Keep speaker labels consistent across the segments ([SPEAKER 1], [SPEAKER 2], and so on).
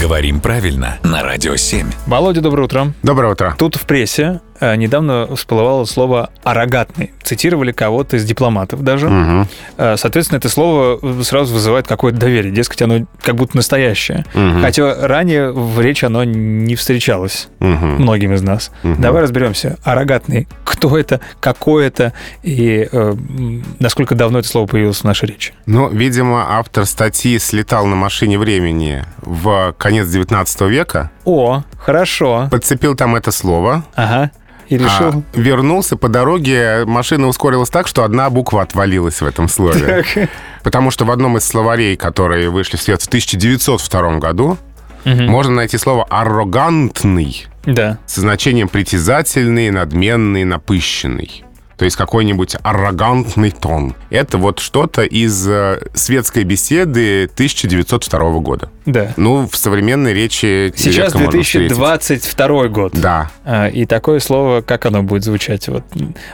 [SPEAKER 1] Говорим правильно на Радио 7.
[SPEAKER 2] Володя, доброе утро.
[SPEAKER 3] Доброе утро.
[SPEAKER 2] Тут в прессе э, недавно всплывало слово «арогатный». Цитировали кого-то из дипломатов даже.
[SPEAKER 3] Мгм.
[SPEAKER 2] Э, Соответственно, это слово сразу вызывает какое-то доверие. Дескать, оно как будто настоящее.
[SPEAKER 3] Мгм.
[SPEAKER 2] Хотя ранее в речи оно не встречалось
[SPEAKER 3] Мгм.
[SPEAKER 2] многим из нас.
[SPEAKER 3] Мгм.
[SPEAKER 2] ну, Давай разберемся. Арогатный. Кто это? Какое это? И э, м, насколько давно это слово появилось в нашей речи?
[SPEAKER 3] Ну, видимо, автор статьи слетал на машине времени в конец 19 века,
[SPEAKER 2] О, хорошо.
[SPEAKER 3] подцепил там это слово,
[SPEAKER 2] Ага. И
[SPEAKER 3] а
[SPEAKER 2] решил...
[SPEAKER 3] вернулся по дороге, машина ускорилась так, что одна буква отвалилась в этом слове.
[SPEAKER 2] Так.
[SPEAKER 3] Потому что в одном из словарей, которые вышли в свет в 1902 году,
[SPEAKER 2] Мгм.
[SPEAKER 3] можно найти слово «аррогантный»
[SPEAKER 2] Да.
[SPEAKER 3] со значением «притязательный», «надменный», «напыщенный». То есть какой-нибудь аррогантный тон. Это вот что-то из э, светской беседы 1902 года.
[SPEAKER 2] Да.
[SPEAKER 3] Ну, в современной речи
[SPEAKER 2] Сейчас
[SPEAKER 3] редко можно встретить.
[SPEAKER 2] 2022 год.
[SPEAKER 3] Да.
[SPEAKER 2] А, И такое слово, как оно будет звучать? Вот.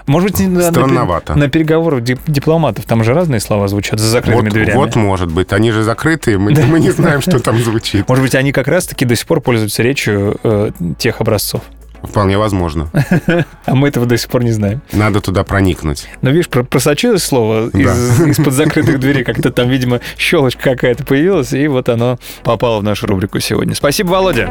[SPEAKER 2] Может быть, на,
[SPEAKER 3] Странновато.
[SPEAKER 2] на переговорах дип- дипломатов там же разные слова звучат за закрытыми
[SPEAKER 3] Вот,
[SPEAKER 2] дверями.
[SPEAKER 3] вот может быть. Они же закрытые, мы, мы не знаем, что там звучит.
[SPEAKER 2] Может быть, они как раз-таки до сих пор пользуются речью э, тех образцов.
[SPEAKER 3] Вполне возможно.
[SPEAKER 2] А мы этого до сих пор не знаем.
[SPEAKER 3] Надо туда проникнуть.
[SPEAKER 2] Но видишь, про- просочилось слово из- из-под закрытых дверей. Как-то там, видимо, щелочка какая-то появилась, и вот оно попало в нашу рубрику сегодня. Спасибо, Володя.